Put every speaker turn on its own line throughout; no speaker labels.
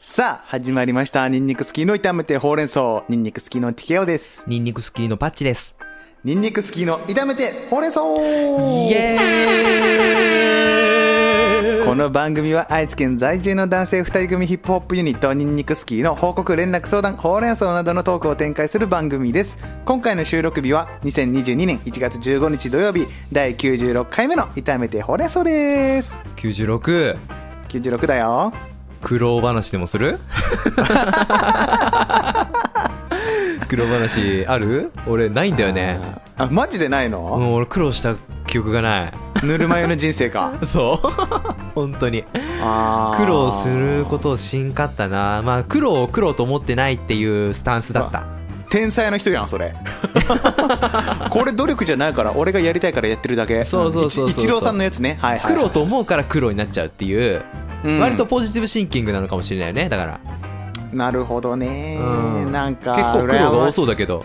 さあ、始まりました。ニンニクスキーの炒めてほうれん草。ニンニクスキーの TKO です。
ニンニクスキーのパッチです。
ニンニクスキーの炒めてほうれん草
イエ
ーイこの番組は愛知県在住の男性2人組ヒップホップユニットニンニクスキーの報告連絡相談ほうれん草などのトークを展開する番組です今回の収録日は2022年1月15日土曜日第96回目の炒めてほうれん草です
9696
96だよ
苦労話でもす る苦労話ある俺ないんだよね
あマジでないの
もう俺苦労した記憶がない
ぬるま湯の人生か
そう本当に 苦労することをしんかったなまあ苦労を苦労と思ってないっていうスタンスだった
天才の人やんそ れこれ努力じゃないから俺がやりたいからやってるだけ
そうそうそう
一郎さんのやつね、はいはい
はい、苦労と思うから苦労になっちゃうっていう、うん、割とポジティブシンキングなのかもしれないよねだから
なるほどね、うん、なんか
結構苦労が多そうだけど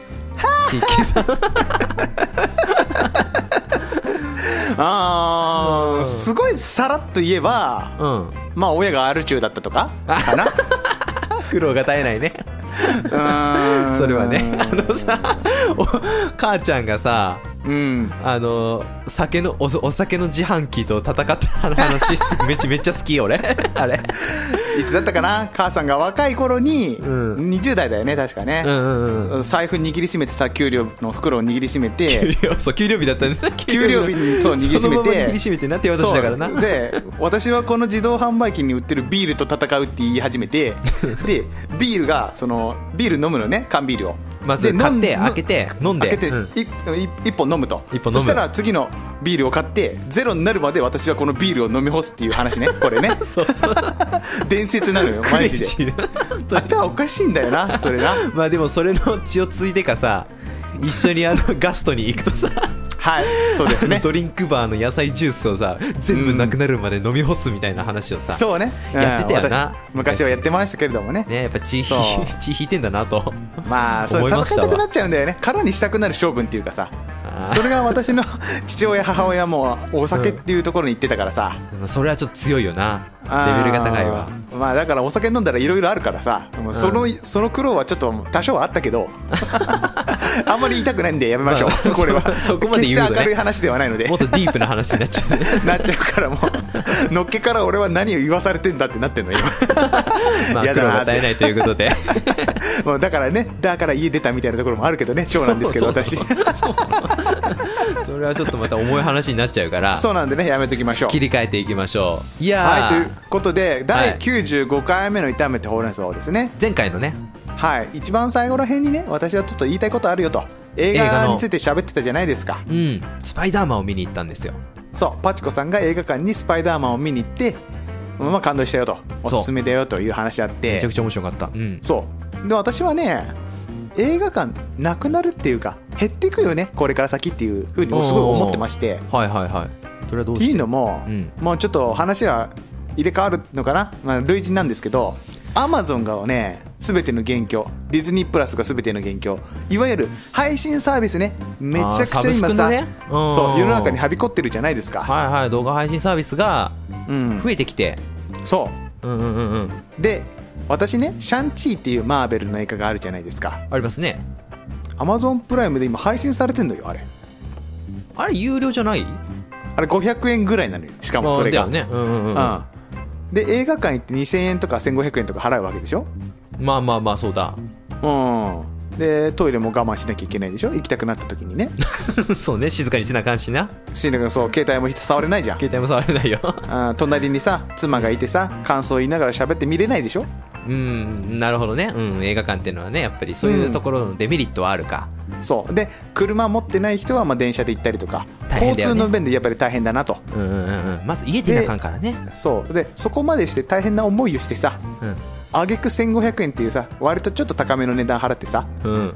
あー、すごいさらっと言えば、うん、まあ親がアル中だったとかか な
苦労が絶えないねそれはねあのさ母ちゃんがさ、うん、あの酒のおお酒の自販機と戦った話 めっちゃめっちゃ好き俺あれ
いつだったかな母さんが若い頃に、うん、20代だよね確かね、うんうんうん、財布握りしめてさ給料の袋を握りしめて
給料そう給料日だったんですね
給料日 にそう握りしめて
握りしめてなって私だからな
で私はこの自動販売機に売ってるビールと戦うって言い始め てでビールがそのビール飲むのね缶ビールを
まず買って開けて飲んで
開けて、うん、1, 本飲むとそしたら次のビールを買ってゼロになるまで私はこのビールを飲み干すっていう話 ねこれねそうそう伝説なのよ マジで頭おかしいんだよなそれな
まあでもそれの血を継いでかさ一緒にあのガストに行くとさ
はいそうですね
ドリンクバーの野菜ジュースをさ全部なくなるまで飲み干すみたいな話をさ、うん、
そうね、
うん、やってたよな
昔はやってましたけれどもね
ねやっぱ血血引いてんだなと
まあそれ戦いたくなっちゃうんだよね空にしたくなる性分っていうかさそれが私の 父親母親もお酒っていうところに行ってたからさ、
うん、それはちょっと強いよなレベルが高いわ
まあだからお酒飲んだらいろいろあるからさ、うん、そのその苦労はちょっと多少はあったけ どあんまり言いたくないんでやめましょう、まあ、これは
そこまで、ね、
決して明るい話ではないので
もっとディープな話になっちゃう、ね、
なっちゃうからもうのっけから俺は何を言わされてんだってな ってんの今ま
あ苦労が絶えないということで
もうだからねだから家出たみたいなところもあるけどね長男ですけど私
それはちょっとまた重い話になっちゃうから
そうなんでねやめときましょう
切り替えていきましょう
いやはいということで第95回目の「炒めてほうれん草」ですね
前回のね
はい一番最後らへんにね私はちょっと言いたいことあるよと映画について喋ってたじゃないですか
うんスパイダーマンを見に行ったんですよ
そうパチコさんが映画館にスパイダーマンを見に行ってまあ感動したよとおすすめだよという話あって
めちゃくちゃ面白かった、うん、
そうで私はね映画館なくなるっていうか減っていくよねこれから先っていうふうにすごい思ってまして
はいはいはい
それはどうしていうのも、うん、もうちょっと話は入れ替わるのかな、まあ、類似なんですけどアマゾンがね全ての元凶ディズニープラスが全ての元凶いわゆる配信サービスねめちゃくちゃ今さ、ね、そう世の中にはびこってるじゃないですか
はいはい動画配信サービスが増えてきて、
うん、そう,、うんうんうんうん、で私ねシャンチーっていうマーベルの映画があるじゃないですか
ありますね
アマゾンプライムで今配信されてんのよあれ
あれ有料じゃない
あれ500円ぐらいなのよしかもそれが、
ねうんうんうん、
で映画館行って2000円とか1500円とか払うわけでしょ
まあまあまあそ うだ
うんでトイレも我慢しなきゃいけないでしょ行きたくなった時にね
そうね静かにしなかんしな
しなそう携帯も触れないじゃん
携帯も触れな いよ
あ隣にさ妻がいてさ感想言いながら喋って見れないでしょ
うんなるほどね、うん、映画館っていうのはねやっぱりそういうところのデメリットはあるか、
うん、そうで車持ってない人はまあ電車で行ったりとか、ね、交通の便でやっぱり大変だなと、
うんうんうん、まず家出なかんからね
そうでそこまでして大変な思いをしてさ、うん、挙句1500円っていうさ割とちょっと高めの値段払ってさ、うん、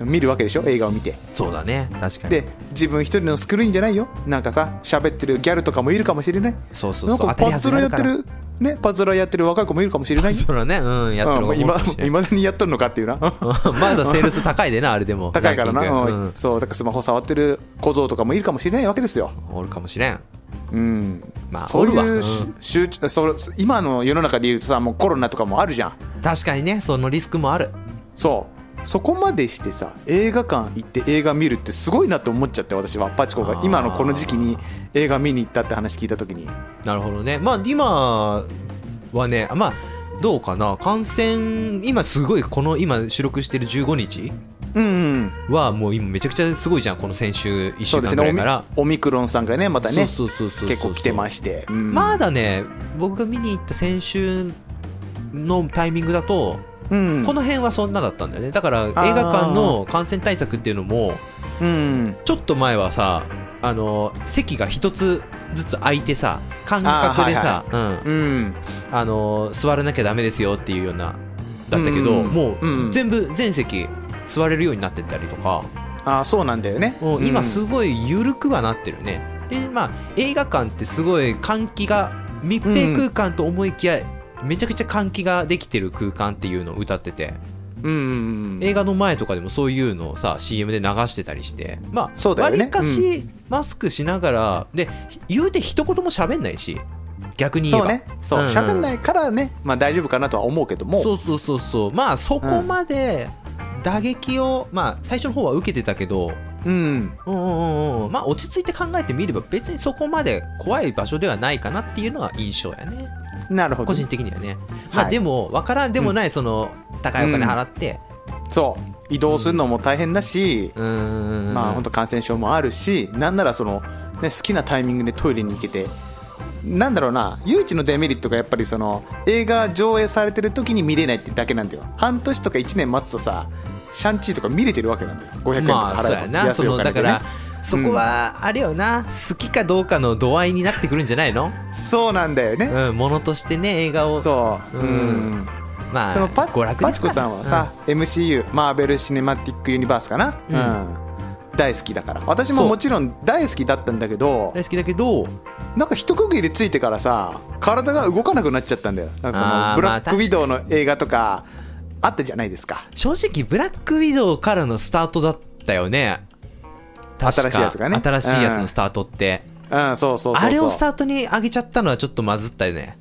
見るわけでしょ映画を見て
そうだね確かに
で自分一人のスクリーンじゃないよなんかさ喋ってるギャルとかもいるかもしれない
そうそうそう
なんかパズルやってるね、パズドラやってる若い子もいるかもしれない
それはね、うん、やってる
いま、うん、だにやっとるのかっていうな
まだセールス高いでなあれでも
高いからな、うん、そうだからスマホ触ってる小僧とかもいるかもしれないわけですよ
おるかもしれん
うんまあ、そういう、うん、今の世の中でいうとさもうコロナとかもあるじゃん
確かにねそのリスクもある
そうそこまでしてさ映画館行って映画見るってすごいなと思っちゃって私はパチコが今のこの時期に映画見に行ったって話聞いた時に
なるほどねまあ今はねまあどうかな感染今すごいこの今収録してる15日
うんうん
はもう今めちゃくちゃすごいじゃんこの先週1週
そうで
間
す
ぐら
ね
いから
オミオミクロンさんがねまたね
そうそうそうそうそう
結構来てまして、うん
まだね僕が見に行った先週のタイミングだと、
うん
この辺はそんなだったんだよねだから映画館の感染対策っていうのも
うん
ちょっと前はさあの席が一つずつ空いてさ感覚でさうん
うん
あの座らなきゃダメですよっていうようなだったけど、
うん
も
うん
う全部全席座れるようになってったりとか、
ああそうなんだよね
もう今す
ぐ
ごい緩くはなってるねでまあ映画館ってすごい換気が密閉空間と思いきや、めちゃくちゃ換気ができてる空間っていうのを歌ってて
うんうんうん
映画の前とかでもそういうのをさ CM で流してたりしてまあ
そうだよね
割かしマスクしながら、で言うて一言も喋んないし逆に言え
そう
ば
ねそう
うんうん
喋んないからねまあ大丈夫かなとは思うけども
そうそうそうそうまあそこまで打撃を、まあ最初の方は受けてたけど
うん
うんうんうんうんまあ落ち着いて考えてみれば別にそこまで怖い場所ではないかなっていうのは印象やね
なるほど
個人的にはね、ま
は
あ
い
でも分からんでもないその高いお金払って
そう移動するのも大変だし、
うーん
まあ本当感染症もあるしなんならその、ね、好きなタイミングでトイレに行けてなんだろうな唯一のデメリットがやっぱりその映画上映されてる時に見れないってだけなんだよ半年とか1年待つとさシャンチーとか見れてるわけなんだよ500円とか
まあそう
払
や
えば
な
安
そ
い
の
お金
だ
で
か
ね
らそこはあれよな、好きかどうかの度合いになってくるんじゃないの、
そうなんだよね、
うん、ものとしてね映画を
そう、う
うんんまあ
そのパ
娯楽
パ
で
チ
す
コ
から
さんはさ、MCU マーベル・シネマティック・ユニバースかな、う
うん
大好きだから私も
そう
もちろん大好きだったんだけど
うん大好きだけど
なんか一区切りついてからさ体が動かなくなっちゃったんだよなんかそ
あ
の
ー
ブ
ま
ラ
あ
ックウィドウの映画とかあったじゃないですか
正直ブラックウィドウからのスタートだったよね確か
新しいやつがね
新しいやつのスタートって、
うんそうそうそうそう
あれをスタートに上げちゃったのはちょっとまずったよね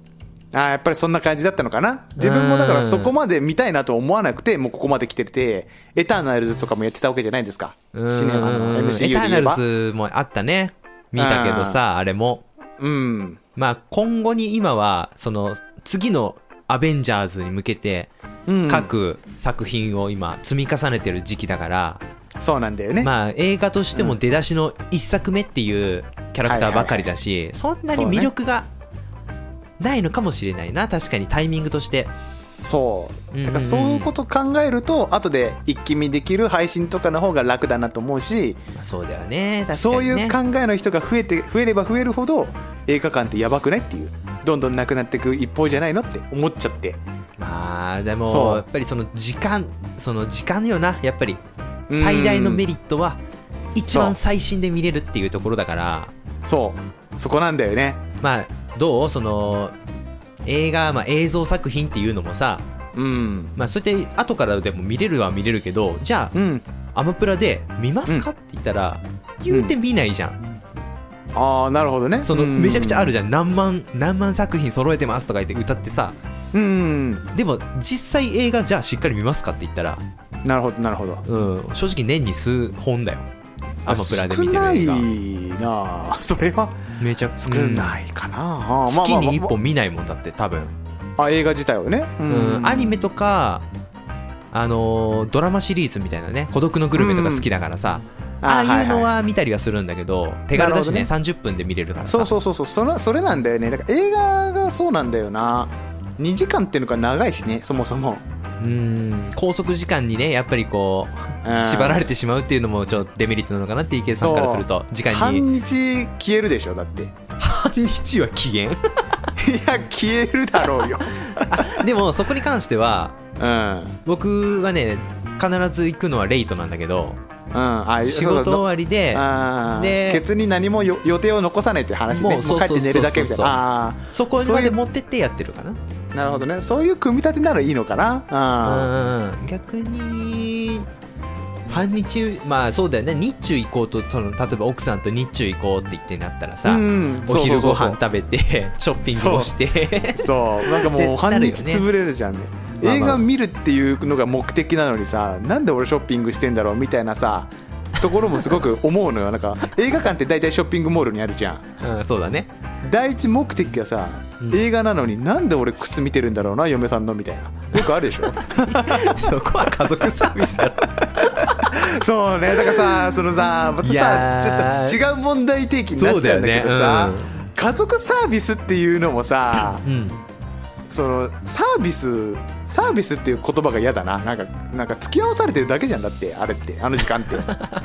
あーやっぱりそんな感じだったのかな自分もだから
うん
そこまで見たいなと思わなくてもうここまで来ててエターナルズとかもやってたわけじゃないですか
うん
シネマの MCU
エ
で
ター
言
ナ
えば
ルズもあったね見たけどさあれも
うん
まあ今後に今はその次のアベンジャーズに向けて
うん
各作品を今積み重ねてる時期だから、
そうなんだよね、
まあ映画としても出だしの1作目っていうキャラクターばかりだし、そんなに魅力がないのかもしれないな確かにタイミングとして
そう
うんうんうん
だからそういうこと考えると後で一気見できる配信とかの方が楽だなと思うし、
まあそうだよね確かにね
そういう考えの人が増えて増えれば増えるほど映画館ってやばくないっていうどんどんなくなっていく一方じゃないのって思っちゃって
まあでも
そう
やっぱりその時間その時間よなやっぱり最大のメリットは一
そう
番最新で見れるっていうところだから
そうそこなんだよね
まあどうその映画、まあ、映像作品っていうのもさ
うん
まあそうやって後からでも見れるは見れるけどじゃあ
うん
アマプラで見ますかって言ったら、言うて見ないじゃん、
ああなるほどね
その
うん
めちゃくちゃあるじゃん何万何万作品揃えてますとか言って歌ってさ
うん
でも実際映画じゃあしっかり見ますかって言ったら、
なるほどなるほど
うん、正直年に数本だよアマプラで見てる
少
映画
ないなあそれは
めちゃく
少
ちゃ
ないかな、ああまあ
月に1
まあまあ
本見ないもんだって多分、
あ映画自体をね、う
うん、アニ
メ
メとかあのードラマシリーズみたいなね「孤独のグルメ」とか好きだからさ、ああいうのは見たりはするんだけど、手軽だしね
なる
30分で見れるからさ
そうそうそうそうそれそれなんだよねだから映画がそうなんだよな2時間っていうのが長いしねそもそも
うん拘束時間にねやっぱりこ
うん
う縛られてしまうっていうのもちょっとデメリットなのかなって池さんからすると時間
半
に
日消えるでしょだってい
半日は期限
や消えるだろうよ
でもそこに関しては
うんうん
僕はね必ず行くのはレイトなんだけど
あ
仕事終
は
わりでで
ケツに何もよ予定を残さないっていう話ね
もう
も
そうう
帰
そう
っ
そう
て寝るだけみたい
そうそうそう
なあ
そこ
そう
ま
い
で
う
持ってってやってるかな
ーなるほどねそういう組み立てならいいのかな
うん逆に半日まあそうだよね日中行こうとその例えば奥さんと日中行こうって言ってなったら
う
さ、
ん
お昼ご
そうそうそう
飯食べてショッピングもして
そうなんかもう
って
半
なる
日
よね
潰れるじゃんね
まあ
映画見るっていうのが目的なのにさなんで俺ショッピングしてんだろうみたいなさところもすごく思うのよなんか映画館って大体ショッピングモールにあるじゃん
うん、そうだね
第一目的がさ、
うん
映画なのになんで俺靴見てるんだろうな嫁さんのみたいなよくあるでしょ
そこは家族サービスだろ
そうねだからさそのさまた
いや
さ
ー
ちょっと違う問題提起になっちゃうんだけど
そうだよ
さ、
ねうん
家族サービスっていうのもさ
うん
そのサービスサービスっていう言葉が嫌だななんかなんか付き合わされてるだけじゃんだってあれってあの時間って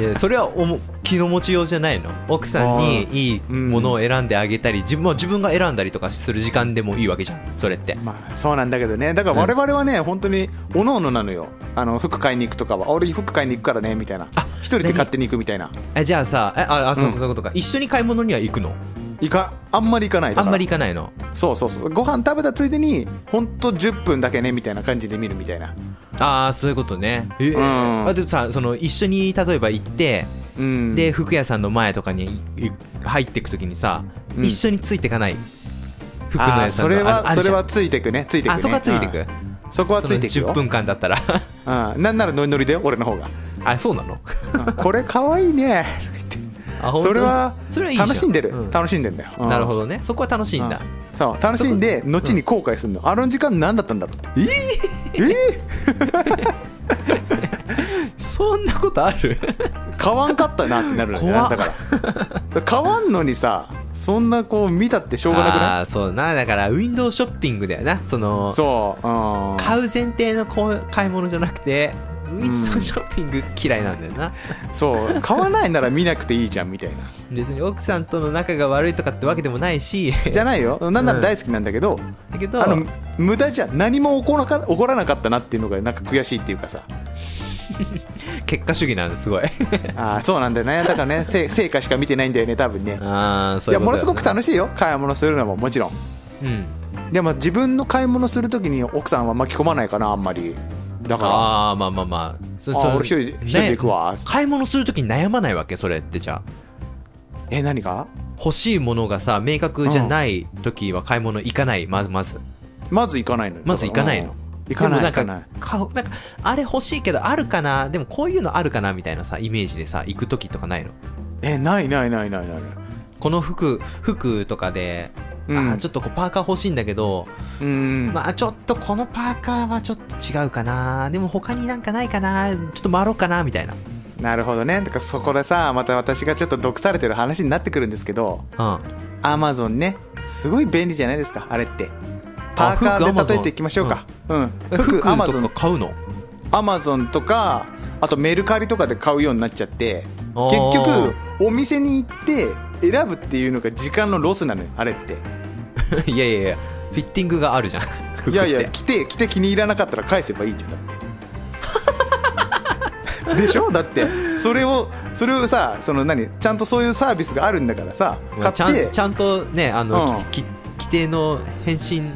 いやそれはおも気の持ちようじゃないの奥さんに
あ
いいものを選んであげたり自分,、まあ自分が選んだりとかする時間でもいいわけじゃんそれって
まあそうなんだけどねだから我々はね、本当におのおのなのよあの服買いに行くとかはあ俺服買いに行くからねみたいな一人で買ってに行くみたいな
えじゃあさえああそう
うん
そういうことか一緒に買い物には行くの
いかあんまり行かないだ
あ
から
んまり行かないの
そうそうそうご飯食べたついでにほんと10分だけねみたいな感じで見るみたいな
ああそういうことねえ
うん
あでもさその一緒に例えば行って
うん
で服屋さんの前とかにいい入ってくときにさ、
うん
一緒についてかない服の
あー
屋さん
そ
の
れ
あ
は
ある
そ
じ
れ
ゃん
はついてくねついてくね
あそこはついて
う
く
んそこはついてく
その
よ
10分間だったら
うんなんならノリノリで俺の方が
あそうなの
うんこれ可愛いねとか言って
あ本当
それは
それはいいじゃ
楽しんでる、
う
楽しんでんだよ、
なるほ
ど
どねそこは楽しいんだ、
そう楽しんで後に後悔するの、あの時間何だったんだろうってえー、え
そんなことある
ー買わんかったなってなるのよ
怖っ
だから買わんのにさそんなこう見たってしょうがなくな
ああそうなだからウィンドウショッピングだよなその
いそう、うん、
買う前提のこう買い物じゃなくてウィンドウショッピング嫌いなんだよな、
そう買わないなら見なくていいじゃんみたいな
別に奥さんとの仲が悪いとかってわけでもないし
じゃないよなんなら大好きなんだけど、
だけど
あの無駄じゃん何も起こらなか起こらなかったなっていうのがなんか悔しいっていうかさ
結果主義なんです ごい
あーそうなんだよねだからねせ 成果しか見てないんだよね多分ね
ああ
い
そうい
や
うこ
も
と
のすご
だよ
く楽しいよ買い物するのももちろん
うん
でも自分の買い物するときに奥さんは巻き込まないかなあんまりだから
ああまあまあまあそ
あー
そ
俺一人で一人で行くわ
買い物するときに悩まないわけそれってじゃあ
え何が
欲しいものがさ明確じゃない時は買い物行かないまずまず
まず行かないのよ
まず行かない
う
の
ん行かない
で
行
も
か
な
なんい
か買うなんかあれ欲しいけどあるかなでもこういうのあるかなみたいなさイメージでさ行く時とかないの
えないないないないないない
この服服とかで、
うん
あーちょっとこうパーカー欲しいんだけど、
うん
まあちょっとこのパーカーはちょっと違うかなでも他になんかないかなちょっと回ろうかなみたいな
なるほどねだからそこでさまた私がちょっと毒されてる話になってくるんですけど
うん
アマゾンねすごい便利じゃないですかあれってパーカ
あ服
ー
Amazon
で例えていきましょうかうん
え
服アマ
と
ゾ
か
ン
買うの
アマゾンとかあとメルカリとかで買うようになっちゃって
あ
結
ー
局お店に行って選ぶっていうのが時間のロスなのよあれって
いやいやいやフィッティングがあるじゃん服って
いやいや来て来て気に入らなかったら返せばいいじゃんだ ってでしょだってそれをそれをさその何ちゃんとそういうサービスがあるんだからさ買
ちゃ
って
んちゃんとねあの、
うん
きき規定の返信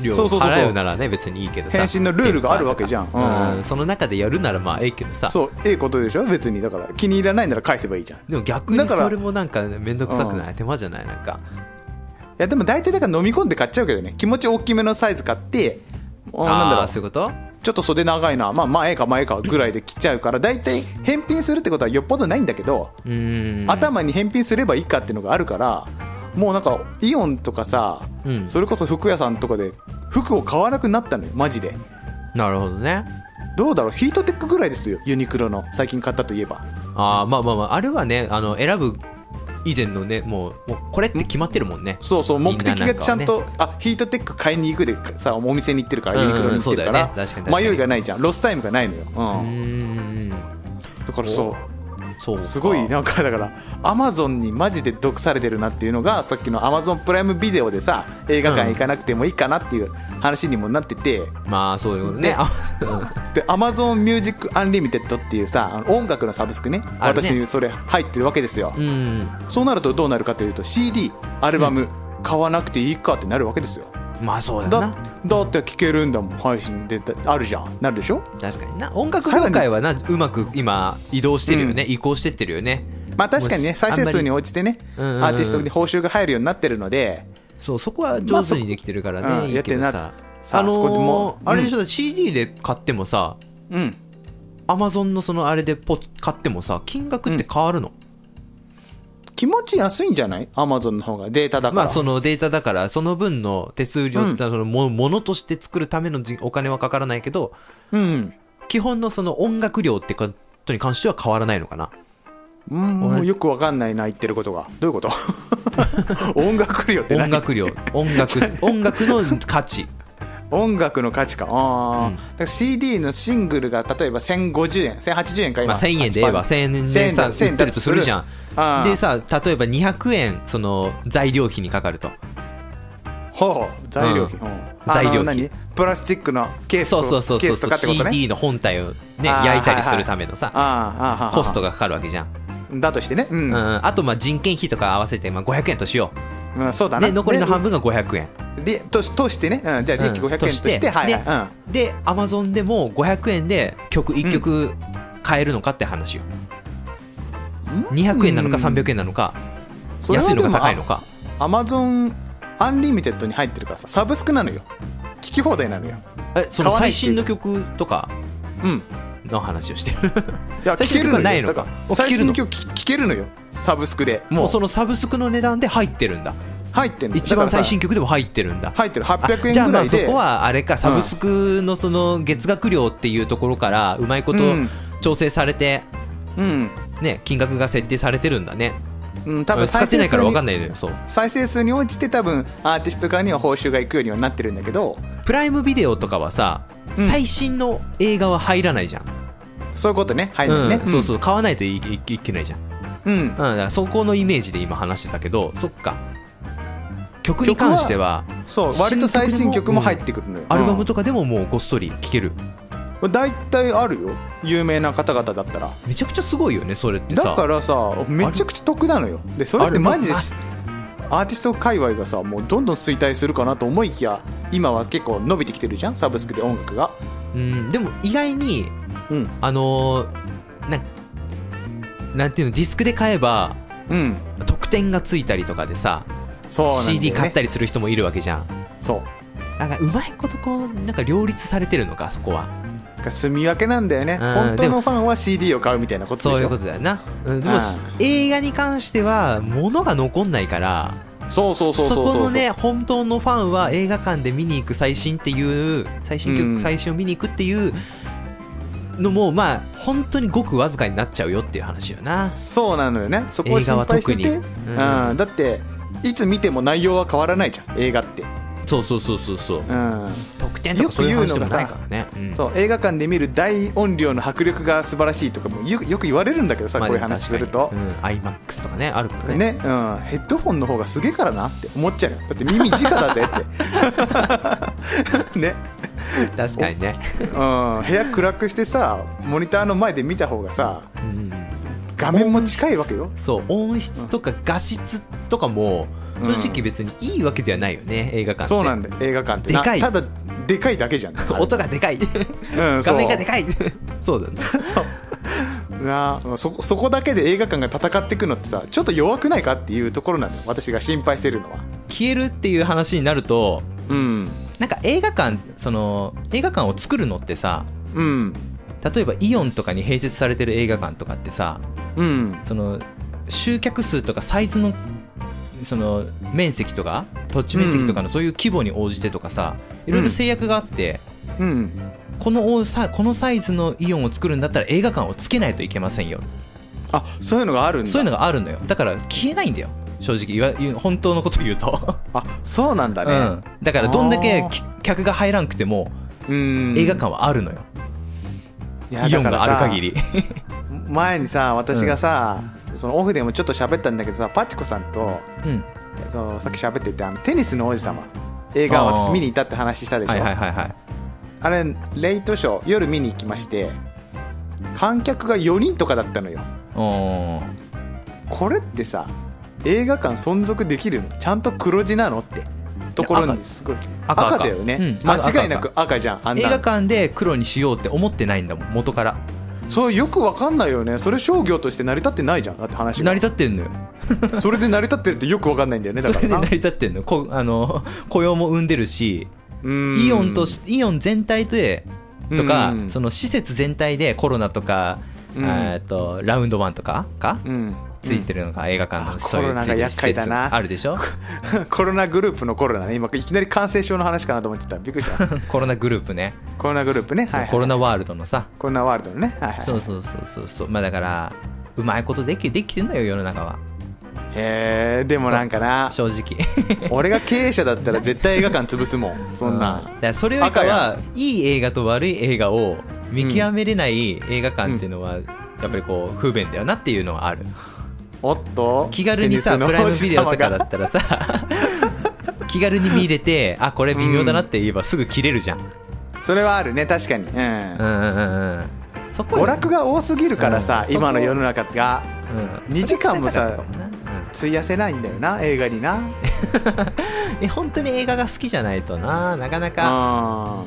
料を
そうそうそうそう
払うならね別にいいけどさ
返信のルールがあるわけじゃん
電波とか
うん
うんその中でやるならまあええけどさ
そうええことでしょ別にだから気に入らないなら返せばいいじゃんい
でも逆に
だから
それもなんか面倒くさくない、手間じゃないなんか
やでも大体だから飲み込んで買っちゃうけどね気持ち大きめのサイズ買ってあなんだろ
あー
う
そういうこと
ちょっと袖長いなまあまあええかまあええかぐらいで切っちゃうから大体返品するってことはよっぽどないんだけど
うーん
頭に返品すればいいかっていうのがあるからもうなんかイオンとかさ、
うん
それこそ服屋さんとかで服を買わなくなったのよマジで
なるほどね
どうだろうヒートテックぐらいですよユニクロの最近買ったといえば
あーまあまあまああれはねあの選ぶ以前のねもうもうこれって決まってるもんね
そうそう
み
目
んな
的がちゃん
な
とあヒートテック買いに行くでさお店に行ってるから
うん
ユ
うん
ニクロに行ってるか
そ
ら
うだよね確かに確かに
迷いがないじゃんロスタイムがないのよ、
う
うん
ーん
だからそ
そう
う
か
すごいなんかだからアマゾンにマジで毒されてるなっていうのがさっきのアマゾンプライムビデオでさ映画館行かなくてもいいかなっていう話にもなってて、
まあそういうことね
で
あ
で Amazon Music Unlimited っていうさあの音楽のサブスクね
あるね
私それ入ってるわけですよ、
うん
そうなるとどうなるかというと CD アルバム、買わなくていいかってなるわけですよ
まあそうだ
だ
な
だって聞けるんだもん配信でだあるじゃんなるでしょ
確かにな音楽業界はなうまく今移動してるよね、移行してってるよね
まあ確かにね
もしあ
再
んまり
生数に応じてね
うんうんうん
アーティストに報酬が入るようになってるので
そうそこ
ま
は上
あそ
手
こ
にできてるからね、
うん
いいけど
や
さ
さ
あの
そこでも
ーあれでしょ、CD で買ってもさ
うん、うん
アマゾンのそのあれでポチ買ってもさ金額って変わるの、
気持ち安いんじゃないアマゾンの方がデータだから、
まあそのデータだからその分の手数料、
うん
そのもものとして作るためのじお金はかからないけど
うん
基本のその音楽料ってことに関しては変わらないのかな
うん、もうよくわかんないな言ってることがどういうこと 音楽料って何
音楽料音楽音楽の価値
音楽の価値かあ、あ
うん
だから CD のシングルが例えば1050円1080円か今、
まあ、1000円でええわ1000円でさ
1000
売ってるとするじゃん
あー
でさ例えば200円その材料費にかかると
ほう材料費、
うん
うん
材料費
あの何プラスチックのケース
そ
と
うそうそう
ケー
そう
スとかってことね
CD の本体をね
あー
焼いたりするためのさ
あーあーあーあー
コストがかかるわけじゃん、
だとしてねうん、
う
うん
ん、あとまあ人件費とか合わせてまあ500円としよ
そうだ
う、
な
ね、残りの
で
半分が500円
りとしとしてね、うん、じゃあ利益
うん
500円として,、はい、はいうん
でアマゾンでも500円で曲1曲買えるのかって話よ、200円なのか300円なのか、
それは
安いの
で
か
も
高いのか
アマゾンアンリミテッドに入ってるからさサブスクなのよ聞き放題なのよ
えその
買わない
最
っていう
新の曲とか
うん
の話をして る
いや
最
聞
新
け
の
るの
曲は
よ
ないのか
だら
お聞
最
ける
新
の
の曲聞聞けるのよサブスクで
も
もう
うそのサブスクの値段で入ってるんだ
入ってるの
一番最新
だか
曲でも入ってるんだ
らさ入ってる800
あじ
円
ゃあ
ぐ
ま
ら
あ
い
そ
で
こはあれかサブスクのその月額料っていうところからうまいこと
うん
調整されて
うん、
ね金額が設定されてるんだね
うん、多分
使ってないから分かん
ない
ないのよそう
再生数に応じて多分アーティスト側には報酬がいくようにはなってるんだけど
プライムビデオとかはさ
うん
最新の映画は入らないじゃん、
そういうことね入る
うん
のね、
そうそう買わないといいいけないじゃん、うん、
うん、うん、
だからそこのイメージで今話してたけどそっか曲に関しては
そう割と最新曲も入ってくるのよ、
アルバム
と
とかでももうごっそり聴ける
大体あるよ有名な方々だったら
めちゃくちゃすごいよねそれってさ
だからさめちゃくちゃ得なのよでそれってマジでしアーティスト界隈がさもうどんどん衰退するかなと思いきや今は結構伸びてきてるじゃんサブスクで音楽が
うんでも意外に
うん
あのー、なんなんていうのディスクで買えば
うん
特典がついたりとかでさ、
そうなんだよね
CD 買ったりする人もいるわけじゃん
そう
なんかうまいことこうなんか両立されてるのかそこは
だから住み分けなんだよね、
うん
本
で
当
も
のファンは CD を買うみたいなこと
そ
で
う
し
いう
ょ
ことだよな、うん、でも
あ
し
ー
映画に関しては物が残んないから
そうそうそうそう
そこ
そう
のね本当のファンは映画館で見に行く最新っていう最新曲、
うん
最新を見に行くっていうのもまあ本当にごくわずかになっちゃうよっていう話よな
そうなのよねそこを心配してて
映、
う
画は特に
ん
うん
だっていつ見ても内容は変わらないじゃん映画って、
そうそうそうそうそ
う
う
ん、
特典とかそういう話でもないからねうん
そう映画館で見る大音量の迫力が素晴らしいとかもよくよく言われるんだけどさ、
まあ
こう
で
いう
も
話する
確
と
か、にうん iMAX とかねあるからね
ねうん、ヘッドフォンの方がすげえからなって思っちゃうよだって耳直だぜって ね
確かにね
うん、部屋暗くしてさモニターの前で見た方がさ
うん
画面も近いわけよ
そう音質とか画質とかも
うん
正直別にいいわけではないよね映画館って
そうなんだよ映画館ってな
でかい
ただでかいだけじゃん
音がでかい
うんそ
画
う
面がでかい そう だね
なあそこそこだけで映画館が戦っていくのってさちょっと弱くないかっていうところなのよ私が心配してるのは
消えるっていう話になると
うん
なんか映画館その映画館を作るのってさ
うん
例えばイオンとかに併設されてる映画館とかってさ
うん
その集客数とかサイズのその面積とか土地面積とかのそういう規模に応じてとかさ、いろいろ制約があって、
うん
この大さこのサイズのイオンを作るんだったら映画館をつけないといけませんよ
あそういうのがあるんだ
そういうのがあるのよだから消えないんだよ正直いわ言う本当のこと言うと、
あそうなんだ
う
ね
ん、だからどんだけ
あー
き客が入らんくても
うん
映画館はあるのよ、
いや
イオン
だ
が
からさ
ある限り
前にさ私がさ、そのオフでもちょっと喋ったんだけどさパチコさんと、
うん
えっと、さっき喋っててあのテニスの王子様映画を
あ
私
ー
見に行ったって話したでしょ、
はいはいはいはい
あれレイトショー夜見に行きまして観客が4人とかだったのよ
おー
これってさ映画館存続できるのちゃんと黒字なのってところにすごい
赤
赤
赤
だよね、
うん赤
間違いなく赤じゃんあん
映
な
画
の
館で黒にしようって思ってないんだもん元から
そうよくわかんないよねそれ商業として成り立ってないじゃんだって話
成
が
り立ってんのよ
それで成り立ってるってよくわかんないんだよねだ
そ
か
れで
ら
成
な
り立ってんのこあの雇用も生んでるし
うん
イオンとしイオン全体でとか、
うん
その施設全体でコロナとか、
うん
えーとラウンドワンとかか、
うん
ついてるのか映画館
あ
のそうい
コロ
う
ナ
つ
が
いてる
厄
施
介だ
設
な
あるでしょ
コロナグループのコロナね今いきなり感染症の話かなと思ってたびっくり した
コロナグループね、
コロナグループね、はいはい、
コロナワールドのさ
コロナワールドのね、はいはい、
そうそうそうそうそうまあだからうまいことできできてんのよ世の中は
へえでもなんかな
正直
俺が経営者だったら絶対映画館潰すも ん そん
うだ
な
からそれよりか
赤
は、いい映画と悪い映画を見極めれない映画館っていうのは、やっぱりこう不便だよなっていうのはある
おっと
気軽にさ
テニスの
プライムビデオとかだ
王子様が
ったらさ 気軽に見れてあこれ微妙だなって言えばすぐ切れるじゃん、
それはあるね確かにうん
うん、うんうんうんそこ
娯楽が多すぎるからさ、
うん
今の世の中が
うん
2時間もさ
それ伝えたかったかもなうん
費やせないんだよな映画にな
え本当に映画が好きじゃないとななかなか
あ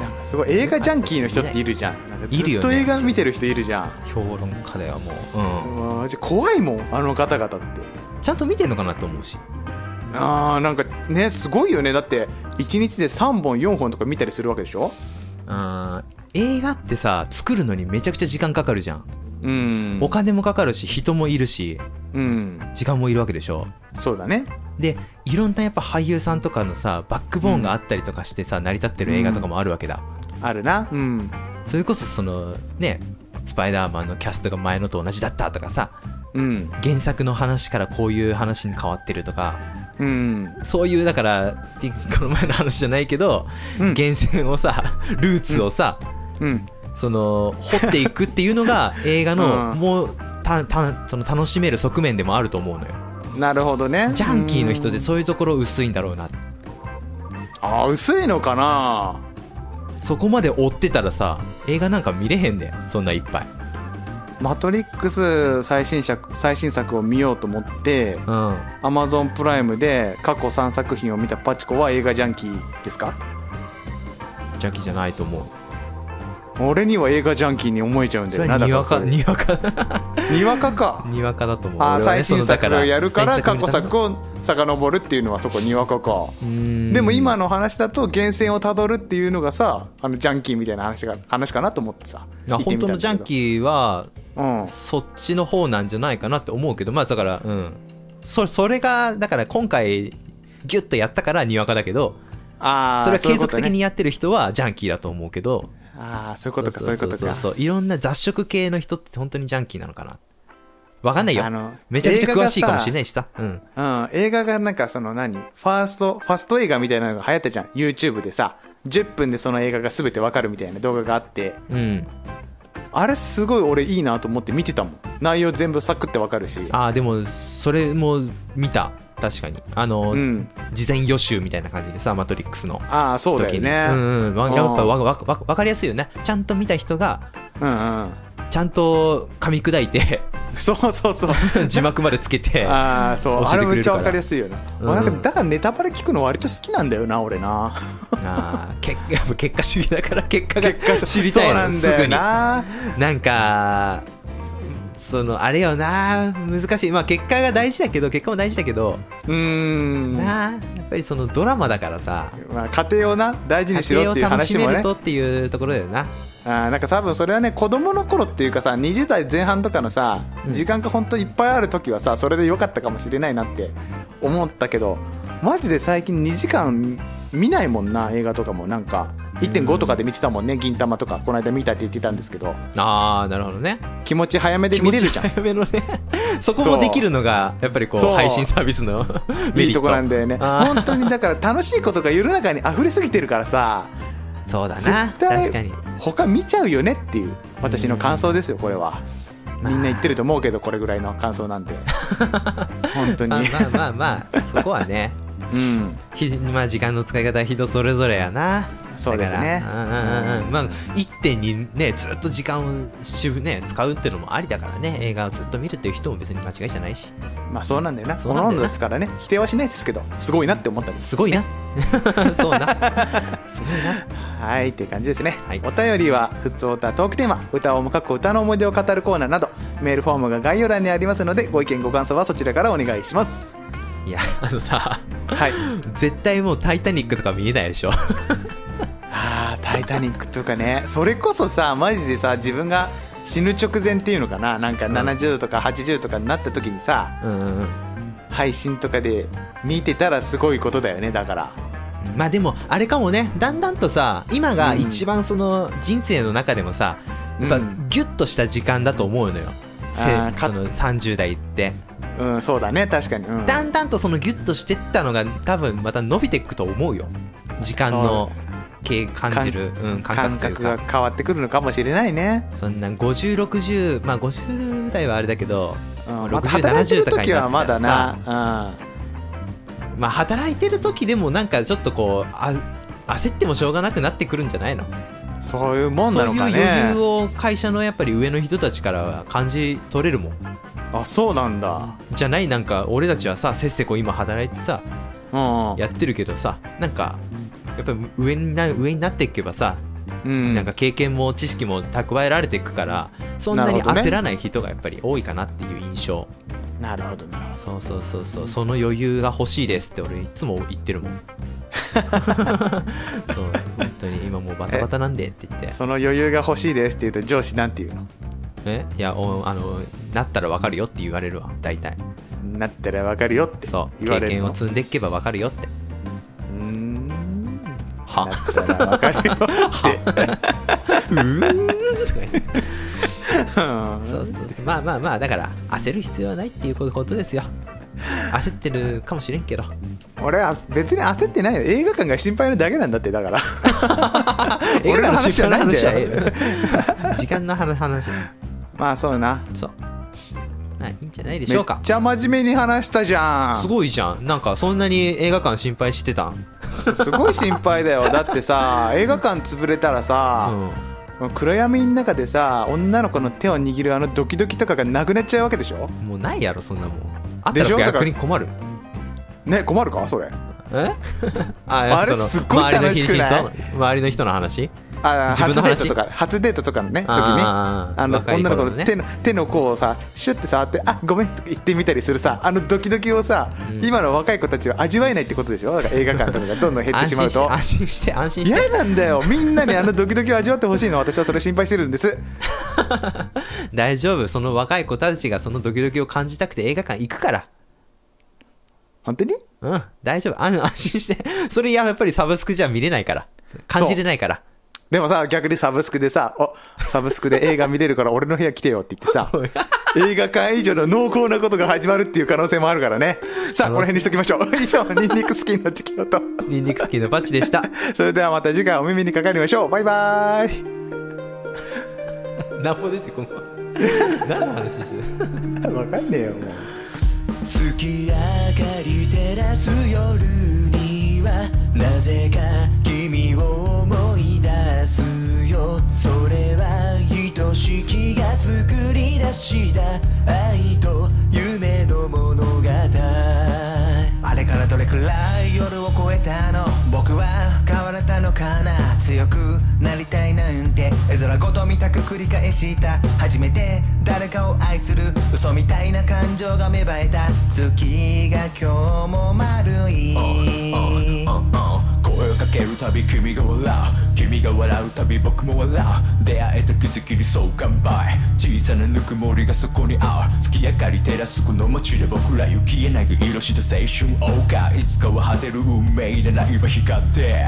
なんかすごい映画ジャンキーの人っているじゃんなんかずっと
いるよね
映画見てる人いるじゃん
評論家だよもう、うん
うんマジ怖いもんあの方々って
ちゃんと見てんのかなと思うし
あーなんかねすごいよねだって1日で3本4本とか見たりするわけでしょ
あー映画ってさ作るのにめちゃくちゃ時間かかるじゃん、
うん
お金もかかるし人もいるし
うん
時間もいるわけでしょ
そうだね
でいろんなやっぱ俳優さんとかのさバックボーンがあったりとかしてさ、成り立ってる映画とかもあるわけだ、
あるなうん
それこそそのねスパイダーマンのキャストが前のと同じだったとかさ
うん
原作の話からこういう話に変わってるとか
うん
そういうだから てこの前の話じゃないけど、
うん
源泉をさルーツをさ、
うん
その掘っていくっていう のが映画の、
うん
もうたたその楽しめる側面でもあると思うのよ
なるほどね
ジャンキーの人
うん
でそういうところ薄いんだろうな
あー薄いのかな
そこまで追ってたらさ映画なんか見れへんでそんないっぱい
マトリックス最新作最新作を見ようと思って
うん
Amazon プライムで過去3作品を見たパチコは映画ジャンキーですか
ジャンキーじゃないと思う
俺には映画ジャンキーに思えちゃうんだ
そ
よ
れ
な
はにわか
だら
にわか
それにわかか
にわかだと思う
あー
俺はね
最新
そのだ
作をやるから
最新
過
作
去
のため
作を遡るっていうのはそこにわかか
うーん
でも今の話だと源泉をたどるっていうのがさあのジャンキーみたいな話が話かなと思ってさ
あ本当のジャン
ー
キーは
うん
そっちの方なんじゃないかなって思うけどまあだからうんそそれがだから今回ギュッとやったからにわかだけど
ああ
それは継続的に
や
やってる人はジャンキーだと思うけど
ああそういうことかそういうこと
そう
か
そうそういろんな雑食系の人って本当にジャンキーなのかなわかんないよ
あの
めちゃくちゃ詳しいかもしれ
い
ないしさうん
うん、映画がなんかその何ファースト、ファスト映画みたいなのが流行ったじゃん。YouTube でさ、10分でその映画が全てわかるみたいな動画があって、
うん
あれすごい俺いいなと思って見てたもん。内容全部サクってわかるし。
ああでもそれも見た確かにあの、
うん
事前予習みたいな感じでさ「マトリックス」の
ああ、そうだ
時
よ
に
ね。
うんうんわ
うん
やっぱわわわわかりやすいよねちゃんと見た人が
うん うん。
ちゃんと噛み砕 いて
そうそう そう。
字幕までつけて
ああ、そう。
教
あ
え
れ
てく
め
れるから
っちゃわかりやすいよな。
うん
なんかだからネタバレ聞くの割と好きなんだよな、俺な。
あー結やっぱ 結果主義だから結果が
結果
知りたい
そう
の
なん
す
だ
ぐ
よ
に
な。
なんかそのあれよな難しいまあ結果が大事だけど結果も大事だけど、
うーん。
なあやっぱりそのドラマだからさ
まあ、家庭をな、大事にし
家
ろっ
庭を
ていう
楽
話
しめ
もね
る。とっていうところだよな
あーなんか多分それはね子供の頃っていうかさ20代前半とかのさ、
うん
時間が本当いっぱいある時はさそれで良かったかもしれないなって思ったけどマジで最近2時間見ないもんな映画とかもなんか1.5とかで見てたもんね「銀魂」とかこの間見たって言ってたんですけど
あーなるほどね
気持ち早めで見れるじゃん
気持ち早めのね そこもできるのがやっぱりこう
そう
配信サービスの メリット
いいとこなんだよね
あー
本当にだから楽しいことが世の中に溢れすぎてるからさ
そうだな
絶
確か
対
に
他見ちゃうよねっていう私の感想ですよこれは
まあ
みんな言ってると思うけどこれぐらいの感想 なんて本当に
まあまあまあまあそこはね
うん
ひまあ時間の使い方は人それぞれやな
そうですね
だからうんうんうんまあ1点にねずっと時間をしぶ、ね、使うっていうのもありだからね映画をずっと見るっていう人も別に間違いじゃないし
まあそうなんだよな
そう
こ
なんだよ
の温
な
度ですからね否定はしないですけどすごいなって思ったんです
すごいな そうなすごいな
はいっていう感じですね、
はい
お便りは「ふつおたトークテーマ」歌をも書く歌の思い出を語るコーナーなどメールフォームが概要欄にありますのでご意見ご感想はそちらからお願いします
いやあのさ
はい
絶対もう「タイタニック」とか見えないでしょ
あー「タイタニック」とかねそれこそさマジでさ自分が死ぬ直前っていうのかななんか
ん
70とか80とかになった時にさ、
うんうんうん
配信とかで見てたらすごいことだよねだから
まあでもあれかもねだんだんとさ今が一番その人生の中でもさ、
うん
やっぱギュッとした時間だと思うのよ、せ
あーか
その30代って、
うんそうだね確かに、うん、
だんだんとそのギュッとしてったのが多分また伸びていくと思うよ時間の経感じるうん、感
感
覚という
覚
か
が変わってくるのかもしれないね、
そんな5060まあ50代はあれだけど
うん、
60
また働いてる時はまだ
70
な、
まあ働いてる時でもなんかちょっとこうあ焦ってもしょうがなくなってくるんじゃないの
うん、そういうもんなのか
そういう
ね
余裕を会社のやっぱり上の人たちからは感じ取れるもん
あそうなんだ
じゃないなんか俺たちはさせっせこう今働いてさ
うん
やってるけどさなんかやっぱり上にな上になっていけばさ、
うん
なんか経験も知識も蓄えられていくからそんなに
なるほどね
焦らない人がやっぱり多いかなっていう印象、
なるほどなるほど
そうそうそうそうその余裕が欲しいですって俺いつも言ってるもんそう本当に今もうバタバタなんでって言って
その余裕が欲しいですって言うと上司なんて言うの
えいやおあのなったらわかるよって言われるわ大体
なったらわかるよって
そう
言われ
経
る
験
の
を積んでいけばわかるよって
うーんな
は
ったらわかるよ って
うーんとか言って
うん
そうそうそうまあまあまあだから焦る必要はないっていうことですよ焦ってるかもしれんけど
俺は別に焦ってないよ映画館が心配なだけなんだってだから 俺らの
映
心
画
配ないん
の
だ
話は
よ
ええよ時間の話話
まあそうな
そうまあいいんじゃないで
め
しょう
っ
か
ちゃ真面目に話したじゃん
すごいじゃんなんかそんなに映画館心配してたん
すごい心配だ よだってさ映画館潰れたらさ、
うん
暗闇の中でさ女の子の手を握るあのドキドキとかがなくなっちゃうわけでしょ
もうないやろそんなもんあっ
でしたょ
ら逆に困る
ね困るかそれ
えあ
あれ
その
すっごい楽しくない
周りの人周りの人の話
あ
自
初
分の
デー
話
トとか初デートとかのね時に
あー
あの
若い
女の子
頃
の
のね
手の手の甲をさシュッて触って「あごめん」とか言ってみたりするさあのドキドキをさ、
うん
今の若い子たちは味わえないってことでしょだから映画館とかがどんどん 減ってしまうと
安心して安心して安心して
嫌なんだよみんなにあのドキドキを味わってほしいの私はそれ心配してるんです
大丈夫その若い子たちがそのドキドキを感じたくて映画館行くから
本当に
うん大丈夫あの安心してそれいややっぱりサブスクじゃ見れないから感じれないから
でもさ、逆にサブスクでさ、おサブスクで映画見れるから俺の部屋来てよって言って さ、映画館以上の濃厚なことが始まるっていう可能性もあるからね。さあ、この辺にしときましょう。以上、ニンニク好きのチキオと。
ニンニク好きのバッチでした
それではまた次回お耳にかかりましょう。バイバーイ。
何も出てこない何の話して る
わかんねえよ、もう。
月明かり照らす夜にはなぜか君を思い出すよそれは愛しきが作り出した愛と夢の物語あれからどれくらい夜を越えたの僕は変われたのかな強くなりたいなんて絵空ごとみたく繰り返した初めて誰かを愛する嘘みたいな感情が芽生えた月が今日も丸い
声をかけるたび君が笑う君が笑うたび僕も笑う出会えた奇跡にそう乾杯小さなぬくもりがそこにある月明かり照らすこの街で僕ら行きえない色した青春謳歌いつかは果てる運命なら今光って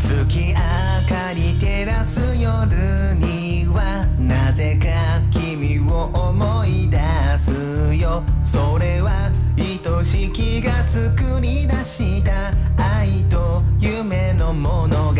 月明かり照らす夜にはなぜか君を思い出すよそれは愛しきが作り出した愛と夢の物語